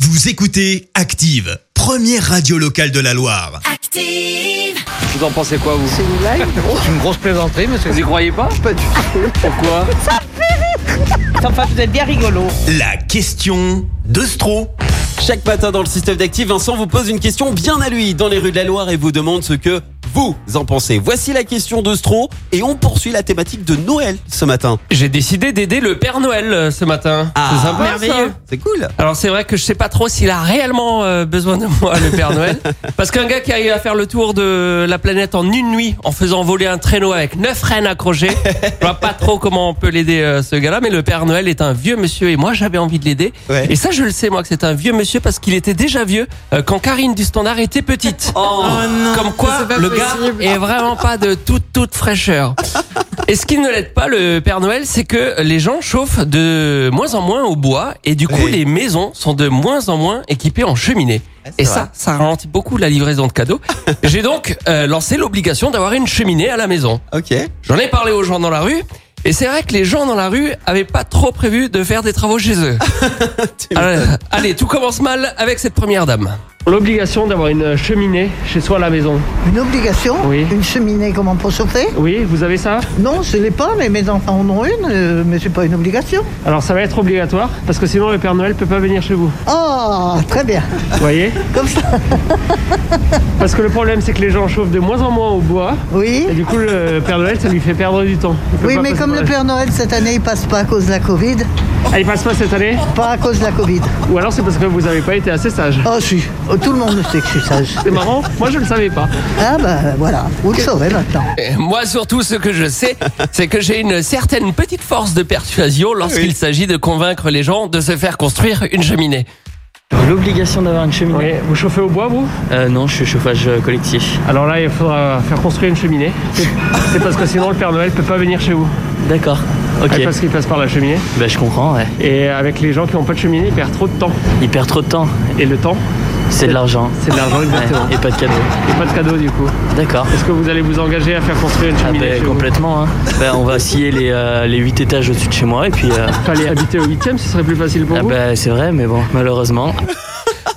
Vous écoutez Active, première radio locale de la Loire. Active. Vous en pensez quoi, vous C'est une blague C'est une grosse plaisanterie, monsieur. Vous y croyez pas Pas du tout. Pourquoi Enfin, vous êtes bien rigolo. La question de Stro. Chaque matin dans le système d'actifs, Vincent vous pose une question bien à lui dans les rues de la Loire et vous demande ce que vous en pensez. Voici la question de Stro et on poursuit la thématique de Noël ce matin. J'ai décidé d'aider le Père Noël euh, ce matin. Ah, c'est sympa, merveilleux. ça. C'est cool. Alors c'est vrai que je sais pas trop s'il a réellement euh, besoin de moi, le Père Noël. Parce qu'un gars qui arrive à faire le tour de la planète en une nuit en faisant voler un traîneau avec neuf rennes accrochées, je vois pas trop comment on peut l'aider euh, ce gars-là, mais le Père Noël est un vieux monsieur et moi j'avais envie de l'aider. Ouais. Et ça je le sais moi que c'est un vieux monsieur parce qu'il était déjà vieux euh, quand Karine du Standard était petite. Comme quoi le gars est vraiment pas de toute toute fraîcheur. Et ce qui ne l'aide pas le Père Noël, c'est que les gens chauffent de moins en moins au bois et du coup Oui. les maisons sont de moins en moins équipées en cheminée. Et ça, ça ralentit beaucoup la livraison de cadeaux. J'ai donc euh, lancé l'obligation d'avoir une cheminée à la maison. Ok. J'en ai parlé aux gens dans la rue. Et c'est vrai que les gens dans la rue avaient pas trop prévu de faire des travaux chez eux. allez, allez, tout commence mal avec cette première dame. L'obligation d'avoir une cheminée chez soi à la maison. Une obligation Oui. Une cheminée, comment pour chauffer Oui, vous avez ça Non, je l'ai pas, mais mes enfants en ont une, euh, mais c'est pas une obligation. Alors ça va être obligatoire parce que sinon le Père Noël peut pas venir chez vous. Ah, très bien. Vous voyez Comme ça. Parce que le problème c'est que les gens chauffent de moins en moins au bois Oui. et du coup le Père Noël ça lui fait perdre du temps. Il peut Oui, pas mais passer comme par le là. Père Noël cette année, il passe pas à cause de la Covid. Ah, il passe pas cette année Pas à cause de la Covid. Ou alors c'est parce que vous avez pas été assez sage. Oh, si. Oh, Tout le monde le sait que je suis sage. C'est marrant, moi je le savais pas. Ah, bah voilà. Vous le saurez maintenant. Et Moi, surtout, ce que je sais, c'est que j'ai une certaine petite force de persuasion lorsqu'il s'agit de convaincre les gens de se faire construire une cheminée. L'obligation d'avoir une cheminée. vous chauffez au bois, vous Euh, non, je suis au chauffage euh, collectif. Alors là, il faudra faire construire une cheminée. C'est parce que sinon, le Père Noël peut pas venir chez vous. D'accord. Ok. Parce qu'il passe par la cheminée. Bah, je comprends, ouais. Et avec les gens qui n'ont pas de cheminée, ils perdent trop de temps. Il perd trop de temps. Et le temps, C'est de l'argent. c'est de l'argent exactement. Ouais, Et pas de cadeau. Et pas de cadeau du coup. D'accord. Est-ce que vous allez vous engager à faire construire une Ah, cheminée bah, chez vous complètement, hein. Bah, on va scier les, euh, les 8 étages au-dessus de chez moi et puis. euh, Fallait habiter au 8 ce serait plus facile pour Ah vous. bah c'est vrai mais bon malheureusement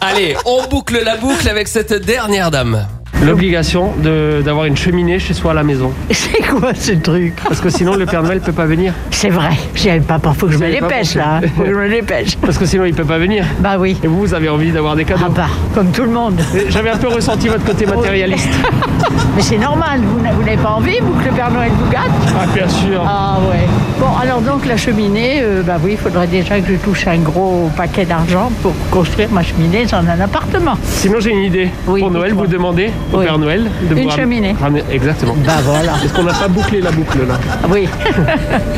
Allez, on boucle la boucle avec cette dernière dame. L'obligation de- d'avoir une cheminée chez soi à la maison. C'est quoi ce truc Parce que sinon le Père Noël peut pas venir. C'est vrai, j'y avais pas, faut que je Vous me avez pas dépêche pensé. là, hein. faut que je me dépêche. Parce que sinon il peut pas venir. Bah oui, Et vous, vous avez envie d'avoir des ah cadeaux. bah, comme tout le monde. Et J'avais un peu ressenti votre côté matérialiste. Mais c'est normal, vous n'a- vous n'avez pas envie, vous, que le Père Noël vous gâte Ah bien sûr. Ah ouais. Bon, alors donc la cheminée, euh, bah oui, il faudrait déjà que je touche un gros paquet d'argent pour construire ma cheminée dans un appartement. Sinon j'ai une idée. Oui, pour Noël, dites-moi. vous demandez au Oui. Père Noël de Une vous ram- cheminée. ramener- Exactement. Bah voilà, Est-ce qu'on n'a pas bouclé la boucle là oui.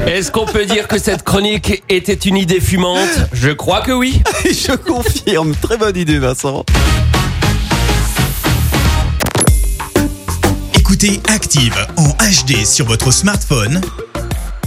Est-ce qu'on peut dire que cette chronique était une idée fumante Je crois que oui. Je confirme. Très bonne idée, Vincent. Écoutez Active en HD sur votre smartphone,